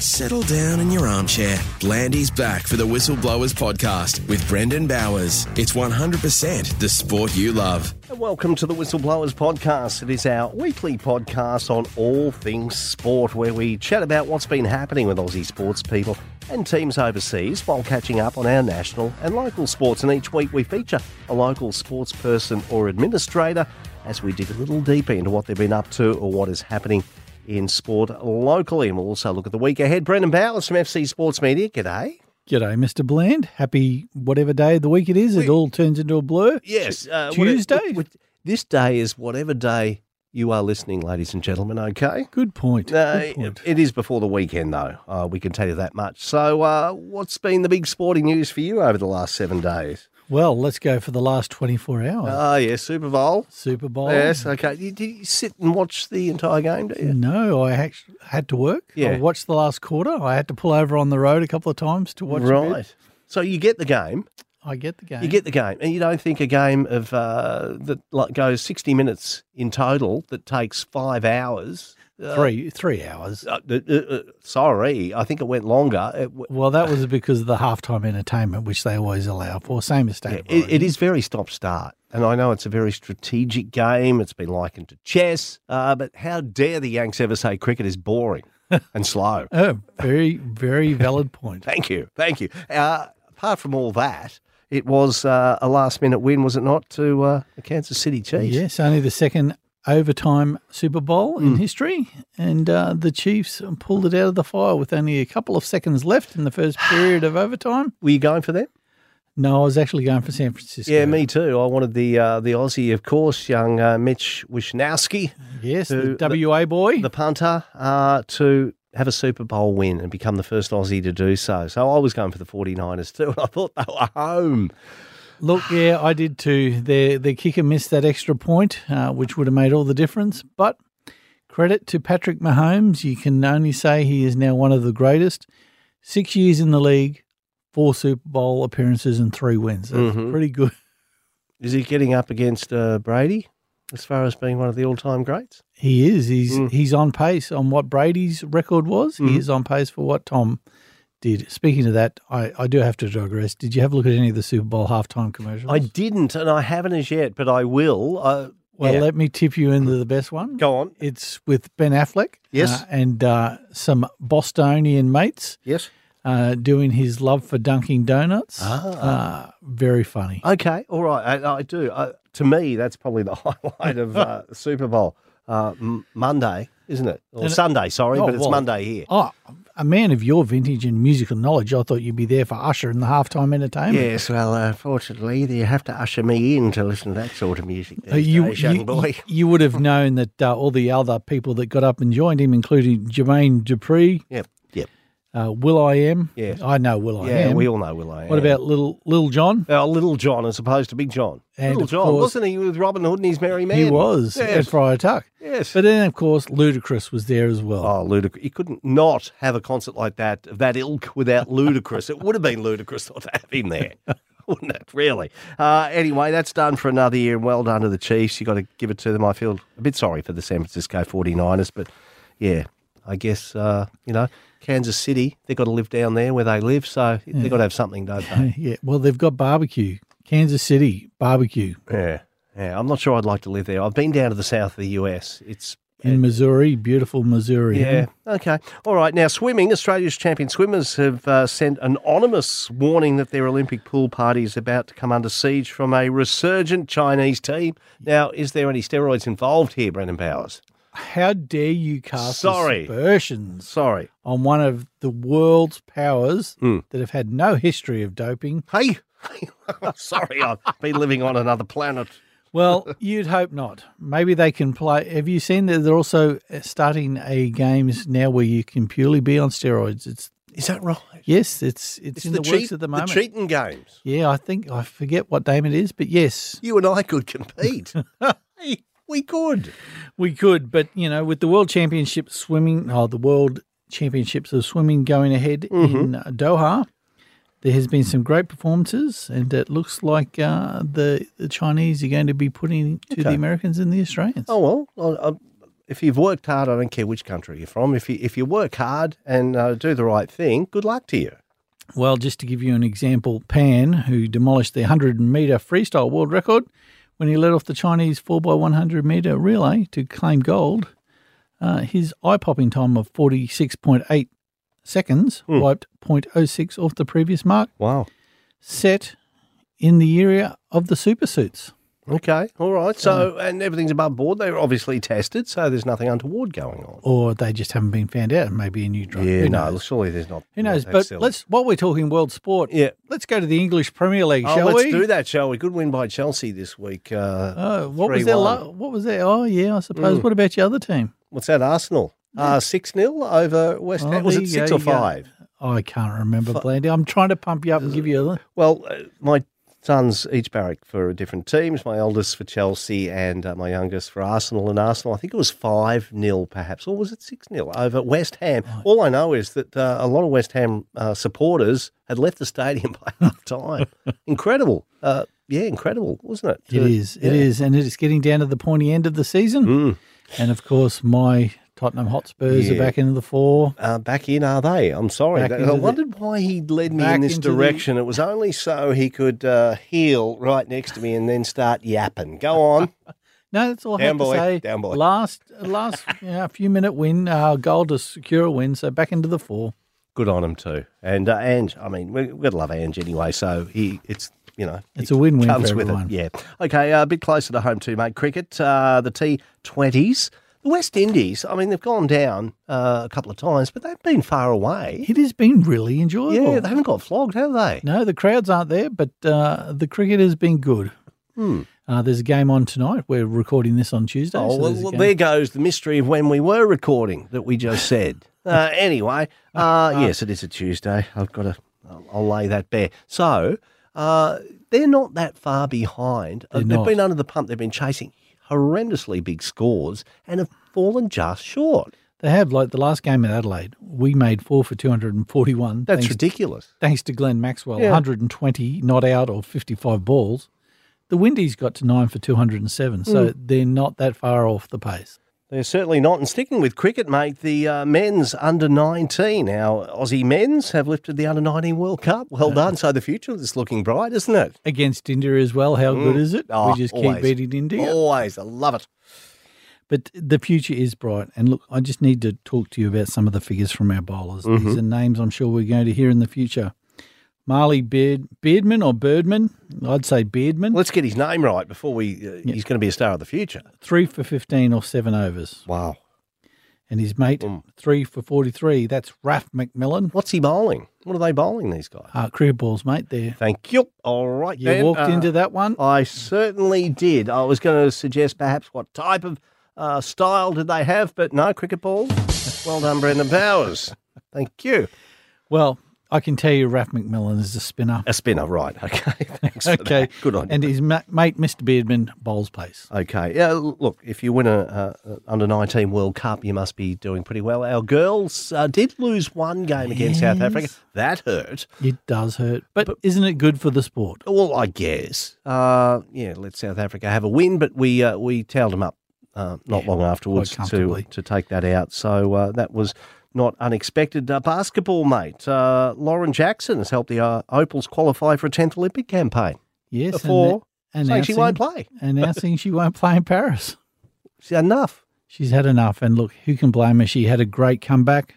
Settle down in your armchair. Blandy's back for the Whistleblowers podcast with Brendan Bowers. It's 100% the sport you love. Welcome to the Whistleblowers Podcast. It is our weekly podcast on all things sport, where we chat about what's been happening with Aussie sports people and teams overseas while catching up on our national and local sports. And each week we feature a local sports person or administrator as we dig a little deeper into what they've been up to or what is happening in sport locally. And we'll also look at the week ahead. Brendan Bowers from FC Sports Media. G'day. G'day, Mr. Bland. Happy whatever day of the week it is. It all turns into a blur. Yes, uh, what- Tuesday. what- what- this day is whatever day you are listening, ladies and gentlemen. Okay. Good point. Uh, Good point. it is before the weekend, though. Uh, we can tell you that much. So, uh, what's been the big sporting news for you over the last seven days? Well, let's go for the last 24 hours. Oh, yeah, Super Bowl. Super Bowl. Yes, okay. You- Did you sit and watch the entire game? Did you? No, I act- had to work. Yeah. I watched the last quarter. I had to pull over on the road a couple of times to watch a bit. right. So you get the game, I get the game. you get the game, and you don't think a game of uh, that like goes sixty minutes in total that takes five hours. Uh, three three hours. uh, uh, uh, sorry, I think it went longer. It, w- Well, that was because of the halftime entertainment, which they always allow for. Same mistake. it, it is very stop start. And I know it's a very strategic game. It's been likened to chess. Uh, but how dare the Yanks ever say cricket is boring and slow? Oh, very, very valid point. Thank you. Thank you. Uh, apart from all that, it was uh, a last minute win, was it not, to uh, the Kansas City Chiefs? Yes, only the second overtime Super Bowl Hmm. in history, and uh, the Chiefs pulled it out of the fire with only a couple of seconds left in the first period of overtime. Were you going for them? No, I was actually going for San Francisco. Yeah, me too. I wanted the uh, the Aussie, of course, young uh, Mitch Wishnowski. Yes, Who- the the- WA boy. the punter uh, to have a Super Bowl win and become the first Aussie to do so. So I was going for the 49ers too, and I thought they were home. Look, yeah, I did too. Their their kicker missed that extra point, uh, which would have made all the difference. But credit to Patrick Mahomes, you can only say he is now one of the greatest. Six years in the league, four Super Bowl appearances and three wins. That's Mhm. pretty good. Is he getting up against uh, Brady as far as being one of the all time greats? He is. He's Mm. he's on pace on what Brady's record was. Mhm. He is on pace for what Tom did. Speaking of that, I, I do have to digress. Did you have a look at any of the Super Bowl halftime commercials? I didn't, and I haven't as yet, but I will. Uh, Well, yeah. let me tip you into the best one. go on. It's with Ben Affleck. Yes. uh, and uh, some Bostonian mates Yes. uh, doing his love for Dunkin' Donuts. Ah. Uh, very funny. Okay. All right. I, I do. Uh, to me, that's probably the highlight of uh, Super Bowl uh, m- Monday, isn't it? Or And it- Sunday, sorry, Oh, but it's well, Monday here. Oh, a man of your vintage and musical knowledge, I thought you'd be there for Usher and the halftime entertainment. Yes, well, uh, fortunately, you have to usher me in to listen to that sort of music. Uh, These days, young boy. you- you would have known that uh, all the other people that got up and joined him, including Jermaine Dupree, Yep, yep. uh, Will I Am. Yeah. I know Will I yeah, Am. we all know Will I. what about Little Little John? our Little John as opposed to Big John? And Little of John, course- wasn't he with Robin Hood and his merry men? He was at Yes. Friar Tuck. yes. But then, of course, Ludacris was there as well. Oh, ludicrous! You couldn't not have a concert like that of that ilk without ludicrous. it would have been ludicrous not to have him there, wouldn't it? Really. Uh, anyway, that's done for another year, and well done to the Chiefs. You got to give it to them. I feel a bit sorry for the San Francisco 49ers, but yeah, I guess uh, you know Kansas City. They got to live down there where they live, so they got to have something, don't they? Yeah, well, they've got barbecue. Kansas City barbecue yeah, yeah. I'm not sure I'd like to live there. I've been down to the south of the U.S. It's in Missouri, beautiful Missouri. Yeah. Okay. All right. Now, swimming. Australia's champion swimmers have uh, sent anonymous warning that their Olympic pool party is about to come under siege from a resurgent Chinese team. Now, is there any steroids involved here, Brendan Powers? How dare you cast Sorry. aspersions Sorry. on one of the world's powers Mm. that have had no history of doping? Hey. Sorry, I've been living on another planet. Well, you'd hope not. Maybe they can play. Have you seen that they're also uh, starting a games now where you can purely be on steroids? It's Is that right? yes, it's it's, in the, works cheat- at the moment. cheating games. Yeah, I think I forget what name it is, but yes, You and I could compete. hey, we could. We could, but you know, with the World Championship swimming, oh, the World Championships of swimming going ahead in uh, Doha, there has been some great performances, and it looks like uh, the the Chinese are going to be putting to the Americans and the Australians. Oh well, I, I, if you've worked hard, I don't care which country you're from. If you if you work hard and uh, do the right thing, good luck to you. Well, just to give you an example, Pan, who demolished the 100 metre freestyle world record when he led off the Chinese 4x100 metre relay to claim gold, uh, his eye popping time of 46.8 seconds Hmm. wiped 0.06 off the previous mark Wow. set in the area of the supersuits. Okay. All right. So Mm. and everything's above board. They were obviously tested, so there's nothing untoward going on. Or they just haven't been found out. Maybe a new drug. Yeah. Who No. knows? Surely there's not. Who knows? not that But silly. let's while we're talking world sport, Yeah. let's go to the English Premier League, Oh, shall let's we? do that, shall we? Good win by Chelsea this week. Uh, Oh, what was their 3-1. lo- what was their oh yeah, I suppose. What about your other team? What's that? Arsenal. Uh, six 0 over West Oh, Ham. Was there it you six go, or you go. five? Oh, I can't remember, Blandy. I'm trying to pump you up and give you a Well, uh, my sons each barrack for different teams. My eldest for Chelsea and uh, my youngest for Arsenal. And Arsenal, I think it was 5 0 perhaps, or was it 6 0 over West Ham? All I know is that uh, a lot of West Ham uh, supporters had left the stadium by half time. incredible. Uh, yeah, incredible, wasn't it? It is, it is, and it is getting down to the pointy end of the season. Mm. And of course, my Tottenham Hotspurs Yeah. are back into the four. Uh, back in, are they? I'm sorry. Back That- into I the- wondered why he led me Back in this into the- direction. It was only so he could uh, heel right next to me and then start yapping. Go on. No, that's all I Down have boy, to say. down boy. Last, last you know, few minute win, uh, goal to secure a win. So back into the four. good on him too. And uh, Ange, I mean, we, we love Ange anyway, so he it's you know It's he a win-win for comes everyone. With it. Yeah. Okay, uh, a bit closer to home too, mate. Cricket, uh, the T Twenties, the West Indies. I mean, they've gone down uh, a couple of times, but they've been far away. It has been really enjoyable. Yeah, they haven't got flogged, have they? No, the crowds aren't there, but uh, the cricket has been good. Uh, there's a game on tonight. We're recording this on Tuesday. Hmm. Oh, so well, there's a well, game. there goes the mystery of when we were recording that we just said. uh, anyway, uh, yes, it is a Tuesday. I've got to, I'll, I'll lay that bare. So uh, they're not that far behind. Uh, They're they've not. been under the pump. They've been chasing horrendously big scores and have fallen just short. They have, like the last game at Adelaide, we made four for 241. That's thanks, ridiculous. thanks to Glenn Maxwell, Yeah. 120 not out or 55 balls. The Windies got to nine for 207, so Hmm. they're not that far off the pace. They're certainly not. And sticking with cricket, mate, the uh, men's under 19. Our Aussie men's have lifted the under 19 World Cup. Well done. So the future is looking bright, isn't it? Against India as well, how good is it? Oh, we just keep always. beating India. Always. I love it. But the future is bright. And look, I just need to talk to you about some of the figures from our bowlers. Mm-hmm. These are names I'm sure we're going to hear in the future. Marley Beard, Beardman or Birdman? I'd say Beardman. Let's get his name right before we. Uh, He's going to be a star of the future. Three for 15 or seven overs. Wow. And his mate, Mm. three for 43. That's Raf McMillan. What's he bowling? What are they bowling, these guys? Uh, cricket balls, mate. There. Thank you. All right. You then. walked Uh, into that one. I certainly did. I was going to suggest perhaps what type of uh, style did they have, but no, cricket ball. Well done, Brendan Powers. Thank you. Well, I can tell you Raf McMillan is a spinner. A spinner, right. Okay. Thanks. For Okay. That. Good on you. And his ma- mate, Mr. Beardman, bowls pace. Okay. Yeah. l- Look, if you win a, a, a under nineteen World Cup, you must be doing pretty well. Our girls uh, did lose one game against South Africa. That hurt. It does hurt, but isn't it good for the sport? Well, I guess. Uh, yeah, let South Africa have a win, but we uh, we towed them up uh, not long afterwards to comfortably. to take that out. So uh, that was not unexpected. Uh, basketball, mate. Uh, Lauren Jackson has helped the uh, Opals qualify for a tenth Olympic campaign Yes, before and saying she won't announcing- play. announcing she won't play in Paris. She's enough. She's had enough, and look, who can blame her? She had a great comeback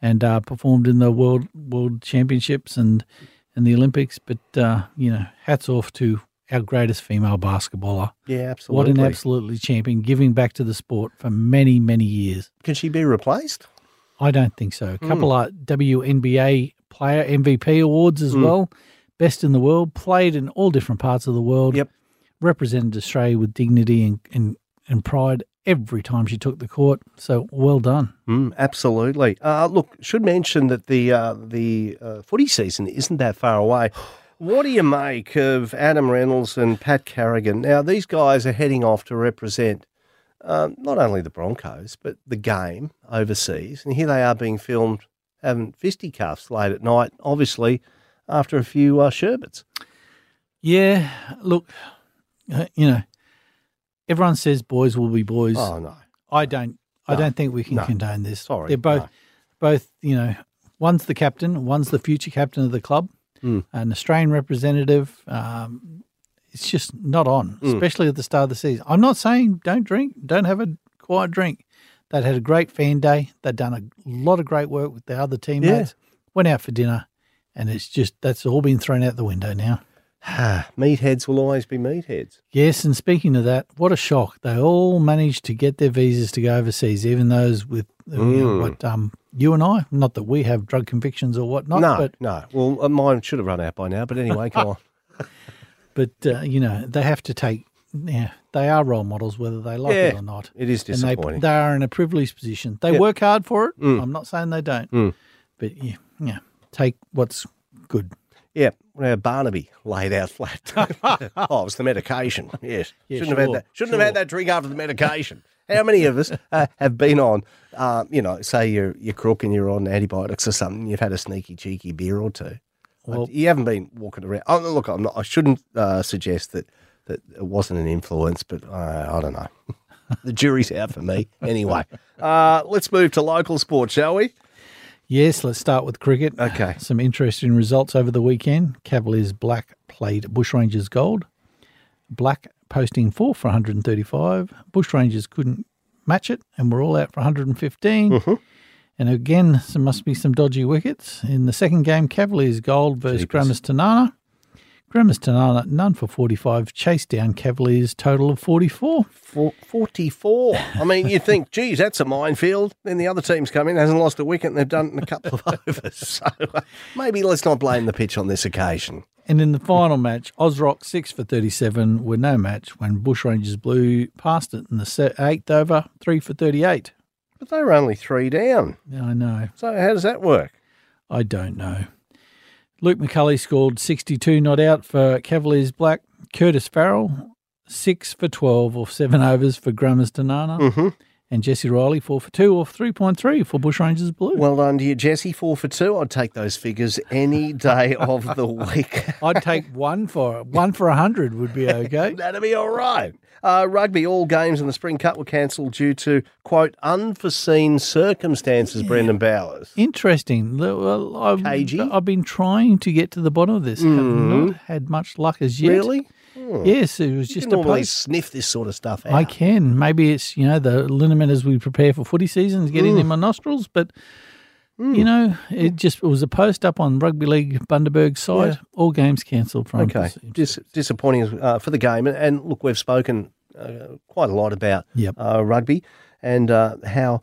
and uh, performed in the world world championships and and the Olympics. But uh, you know, hats off to our greatest female basketballer. Yeah, absolutely. What an absolutely champion, giving back to the sport for many many years. Can she be replaced? I don't think so. A couple Hmm. of WNBA player MVP awards Hmm. as well. Best in the world, played in all different parts of the world. Yep. Represented Australia with dignity and, and, and pride every time she took the court. So well done. Mm, absolutely. Uh, look, should mention that the uh, the uh, footy season isn't that far away. What do you make of Adam Reynolds and Pat Carrigan? Now these guys are heading off to represent um, not only the Broncos but the game overseas, and here they are being filmed having fisticuffs late at night. Obviously, after a few uh, sherbets. Yeah, look, uh, you know, everyone says boys will be boys. Oh no. I don't. I don't think we can No. condone this. Sorry, they're both no. both you know. One's the captain, one's the future captain of the club, Mm. an Australian representative. Um, it's just not on, Mm. especially at the start of the season. I'm not saying don't drink, don't have a quiet drink. They'd had a great fan day. They'd done a lot of great work with their other teammates. Went out for dinner, and it's just that's all been thrown out the window now. meatheads will always be meatheads. Yes, and speaking of that, what a shock! They all managed to get their visas to go overseas, even those with you Hmm. know, what um, you and I. Not that we have drug convictions or whatnot, no, but no. Well, uh, mine should have run out by now, but anyway, come on. but uh, you know they have to take. Yeah, they are role models, whether they like it Yeah, or not. It is and they disappointing. Hmm. they are in a privileged position. They work hard for it. I'm not saying they don't, but yeah, yeah, take what's good. yeah, now Barnaby laid out flat. oh, it was the medication. Yes, Yeah, shouldn't have sure, had that. Shouldn't have sure. had that drink after the medication. How many of us uh, have been on, uh, you know, say you're you're crook and you're on antibiotics or something? You've had a sneaky cheeky beer or two. Like, Well- you haven't been walking around. Oh, look, I'm not. I shouldn't uh, suggest that that it wasn't an influence, but uh, I don't know. the jury's out for me anyway. Uh, let's move to local sport, shall we? Yes, let's start with cricket. Okay. Some interesting results over the weekend. Cavaliers Black played Bushrangers Gold. Black posting four for 135. Bushrangers couldn't match it and were all out for 115. And again, there must be some dodgy wickets. In the second game, Cavaliers Gold versus Grammars Tanana. Grammars Tanana, none for 45, chased down Cavaliers' total of 44. Four, 44. I mean, you think, geez, that's a minefield. Then the other team's come in, hasn't lost a wicket, and they've done it in a couple of overs. So uh, maybe let's not blame the pitch on this occasion. And in the final match, Ozrock six for thirty-seven were no match when Bushrangers blew past it in the se- eighth over, three for thirty-eight. But they were only three down. I know, So how does that work? I don't know. Luke McCulley scored sixty-two not out for Cavaliers Black. Curtis Farrell six for twelve off seven overs for Grammars Danana, and Jesse Riley four for two off three point three for Bushrangers Blue. Well done to you, Jesse. Four for two. I'd take those figures any day of the week. I'd take one for one for a hundred would be okay. That'd be all right. Uh, rugby, all games in the Spring Cup were cancelled due to, quote, unforeseen circumstances, Brendan Bowers. Interesting. L- Well, I've, Cagey? Mm. I've been trying to get to the bottom of this. Have not had much luck as yet. Really? Oh. Yes, it was just You a normally place. sniff this sort of stuff out. I can. Maybe it's, you know, the liniment as we prepare for footy season is getting Mm. in my nostrils, but, you know, it just it was a post up on Rugby League Bundaberg side. All games cancelled from. Okay, Dis- disappointing uh, for the game. And, and look, we've spoken uh, quite a lot about Yep. uh, rugby and uh, how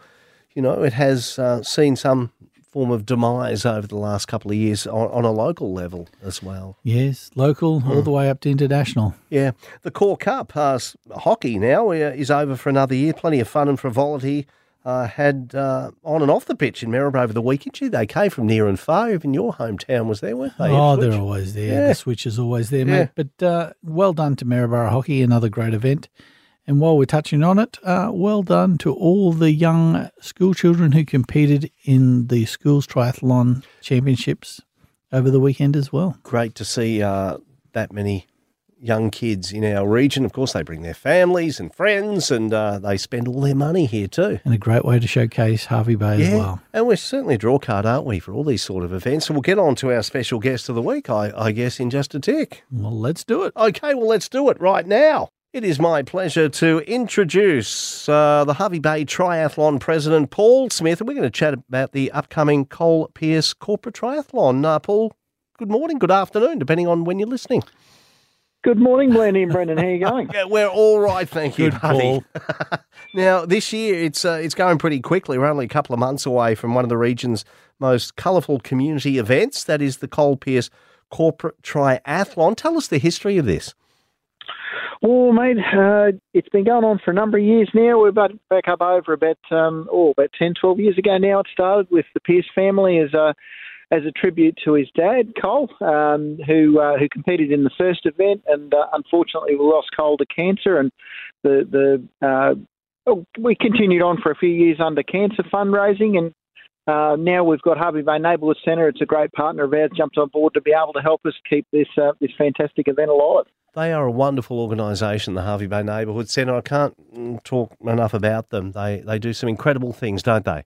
you know it has uh, seen some form of demise over the last couple of years on, on a local level as well. Yes, local all Mm. the way up to international. Yeah, the Core Cup uh, s- hockey now uh, is over for another year. Plenty of fun and frivolity. Uh, had uh, on and off the pitch in Maribor over the weekend. Gee, they came from near and far. Even your hometown was there, weren't they? Oh, they're Ipswich? always there. Yeah. The switch is always there, Yeah. mate. But uh, well done to Maryborough Hockey, another great event. And while we're touching on it, uh, well done to all the young school children who competed in the schools triathlon championships over the weekend as well. great to see uh, that many young kids in our region. Of course, they bring their families and friends, and uh, they spend all their money here too. And a great way to showcase Harvey Bay as well. and we're certainly a draw card, aren't we, for all these sort of events? And we'll get on to our special guest of the week, I, I guess, in just a tick. Well, let's do it. Okay, well, let's do it right now. It is my pleasure to introduce uh, the Harvey Bay Triathlon President, Paul Smith, and we're going to chat about the upcoming Cole Pierce Corporate Triathlon. Uh, Paul, good morning, good afternoon, depending on when you're listening. Good morning, Blandy and Brendan. How are you going? Yeah, we're all right, thank you, Good buddy. call. now, this year it's uh, it's going pretty quickly. We're only a couple of months away from one of the region's most colourful community events. That is the Cole Pierce Corporate Triathlon. Tell us the history of this. Well, mate, uh, it's been going on for a number of years now. We're about back up over about um, oh, about 10, 12 years ago now. It started with the Pierce family as a as a tribute to his dad, Cole, um, who uh, who competed in the first event, and uh, unfortunately we lost Cole to cancer, and the the uh, oh, we continued on for a few years under cancer fundraising and. Uh, now we've got Harvey Bay Neighbourhood Centre. It's a great partner of ours. Jumped on board to be able to help us keep this uh, this fantastic event alive. They are a wonderful organisation, the Harvey Bay Neighbourhood Centre. I can't mm, talk enough about them. They they do some incredible things, don't they?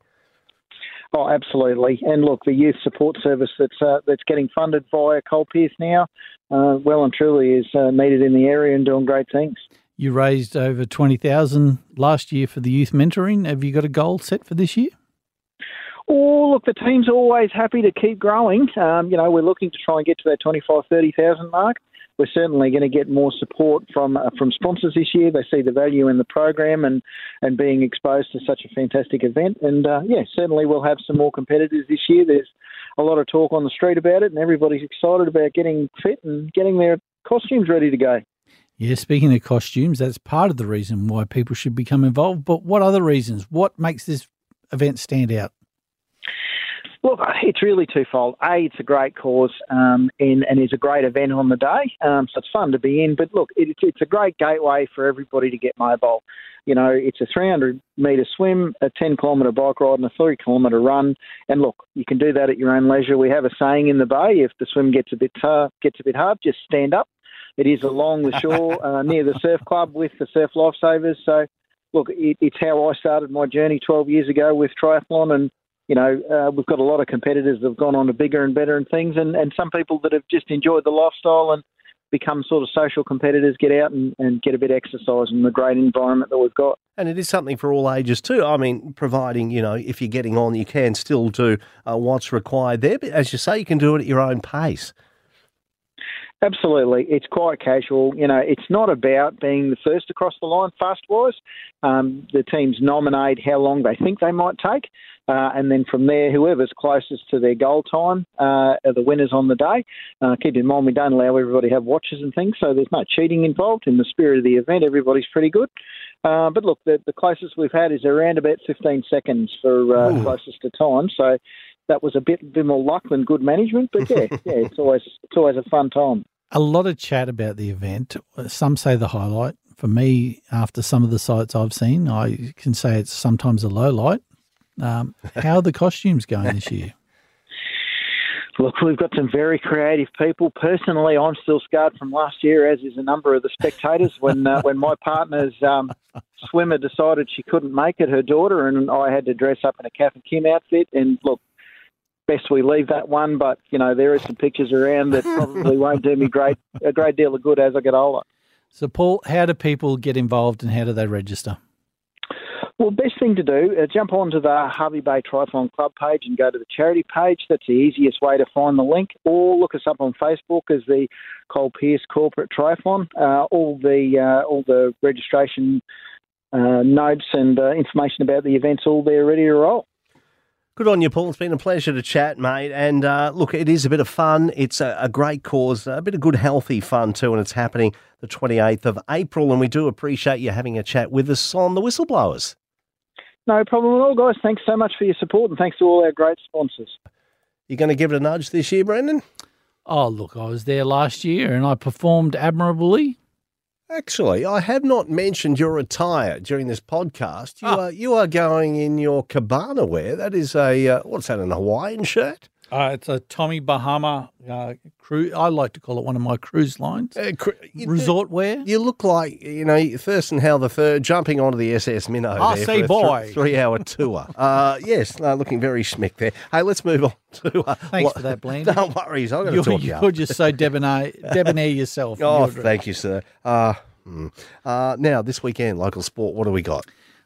Oh, absolutely. And look, the youth support service that's uh, that's getting funded via Colpeers now, uh, well and truly is uh, needed in the area and doing great things. You raised over 20,000 last year for the youth mentoring. Have you got a goal set for this year? Oh, look, the team's always happy to keep growing. Um, you know, we're looking to try and get to that 25, 30,000 mark. We're certainly going to get more support from uh, from sponsors this year. They see the value in the program and, and being exposed to such a fantastic event. And uh, yeah, certainly we'll have some more competitors this year. There's a lot of talk on the street about it, and everybody's excited about getting fit and getting their costumes ready to go. Yeah, speaking of costumes, that's part of the reason why people should become involved. But what other reasons? What makes this event stand out? Look, it's really twofold. A, it's a great cause um, and, and it's a great event on the day, um, so it's fun to be in. But look, it, it's a great gateway for everybody to get mobile. You know, it's a 300 metre swim, a 10 kilometre bike ride, and a 3 kilometre run. And look, you can do that at your own leisure. We have a saying in the bay: if the swim gets a bit uh, gets a bit hard, just stand up. It is along the shore uh, near the surf club with the surf lifesavers. So, look, it, it's how I started my journey 12 years ago with triathlon and you know, uh, we've got a lot of competitors that have gone on to bigger and better and things, and, and some people that have just enjoyed the lifestyle and become sort of social competitors, get out and, and get a bit of exercise in the great environment that we've got. And it is something for all ages too. I mean, providing, you know, if you're getting on, you can still do uh, what's required there. But as you say, you can do it at your own pace. Absolutely, it's quite casual. You know, it's not about being the first across the line fast wise. Um, the teams nominate how long they think they might take, uh, and then from there, whoever's closest to their goal time uh, are the winners on the day. Uh, keep in mind, we don't allow everybody to have watches and things, so there's no cheating involved. In the spirit of the event, everybody's pretty good. Uh, but look, the, the closest we've had is around about 15 seconds for uh, closest to time. So that was a bit, bit more luck than good management. But yeah, yeah, it's always it's always a fun time. A lot of chat about the event. Some say the highlight. For me, after some of the sites I've seen, I can say it's sometimes a low light. Um, how are the costumes going this year? Look, we've got some very creative people. Personally, I'm still scarred from last year, as is a number of the spectators. When uh, when my partner's um, swimmer decided she couldn't make it, her daughter and I had to dress up in a Kath and Kim outfit. And look, best we leave that one. But you know, there are some pictures around that probably won't do me great a great deal of good as I get older. So, Paul, how do people get involved and how do they register? Well, best thing to do, uh, jump onto the Harvey Bay Triathlon Club page and go to the charity page. That's the easiest way to find the link. Or look us up on Facebook as the Cole Pierce Corporate Triathlon. Uh, all the uh, all the registration uh, notes and information about the events all there ready to roll. Good on you, Paul. It's been a pleasure to chat, mate. And uh, look, it is a bit of fun. It's a, a, great cause, a bit of good, healthy fun too. And it's happening the 28th of April. And we do appreciate you having a chat with us on The Whistleblowers. No problem at all, guys. Thanks so much for your support and thanks to all our great sponsors. You're going to give it a nudge this year, Brendan? Oh, look, I was there last year and I performed admirably. Actually, I have not mentioned your attire during this podcast. You Ah. are you are going in your cabana wear. That is a uh, what's that? An Hawaiian shirt? Uh, it's a Tommy Bahama uh, cruise. I like to call it one of my cruise lines. Uh, cr- you- Resort wear. You look like you know Thurston Howell the third jumping onto the SS Minnow. I there see, for a thr- boy. three-hour tour. uh, yes, no, looking very schmick there. Hey, let's move on to. Uh, Thanks for that, Blandy. No worries, I'm going to You're, talk you up. you're just so debonair, debonair yourself. Oh, You're- thank you, sir. Uh, hmm. uh, now this weekend, local sport. What do we got?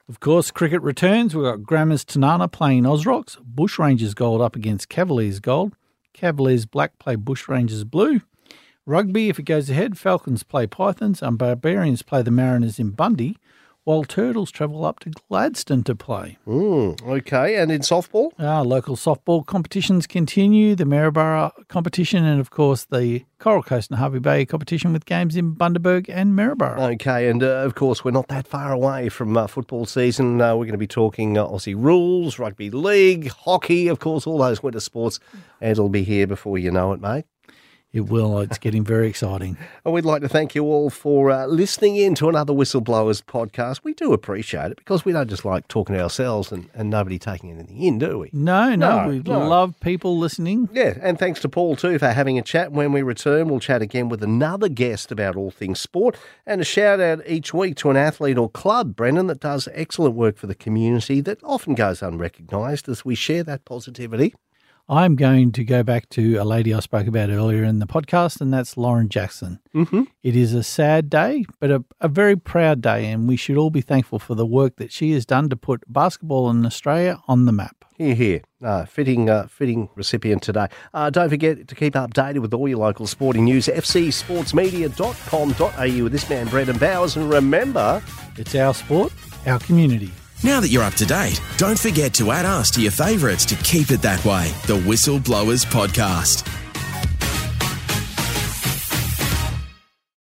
Of course, cricket returns. We've got Grammars Tanana playing Osrocks, Bushrangers Gold up against Cavaliers Gold, Cavaliers Black play Bushrangers Blue. Rugby, if it goes ahead, Falcons play Pythons and Barbarians play the Mariners in Bundy, while Turtles travel up to Gladstone to play. Mm, okay, and in softball. Our local softball competitions continue, the Maryborough competition and, of course, the Coral Coast and Harvey Bay competition with games in Bundaberg and Maryborough. Okay, and uh, of course, we're not that far away from uh, football season. Uh, we're going to be talking uh, Aussie rules, rugby league, hockey, of course, all those winter sports. And it'll be here before you know it, mate. It will. It's getting very exciting. And we'd like to thank you all for uh, listening in to another Whistleblowers podcast. We do appreciate it because we don't just like talking to ourselves and, and nobody taking anything in, do we? No, no, No, we no. love people listening. Yeah, and thanks to Paul too for having a chat. When we return, we'll chat again with another guest about all things sport and a shout out each week to an athlete or club, Brendan, that does excellent work for the community that often goes unrecognised as we share that positivity. I'm going to go back to a lady I spoke about earlier in the podcast, and that's Lauren Jackson. Mm-hmm. It is a sad day, but a, a very proud day, and we should all be thankful for the work that she has done to put basketball in Australia on the map. Here, here. Uh, fitting, uh, fitting recipient today. Uh, don't forget to keep updated with all your local sporting news. fcsportsmedia.com.au with this man, Brendan Bowers. And remember, It's our sport, our community. Now that you're up to date, don't forget to add us to your favourites to keep it that way. The Whistleblowers Podcast.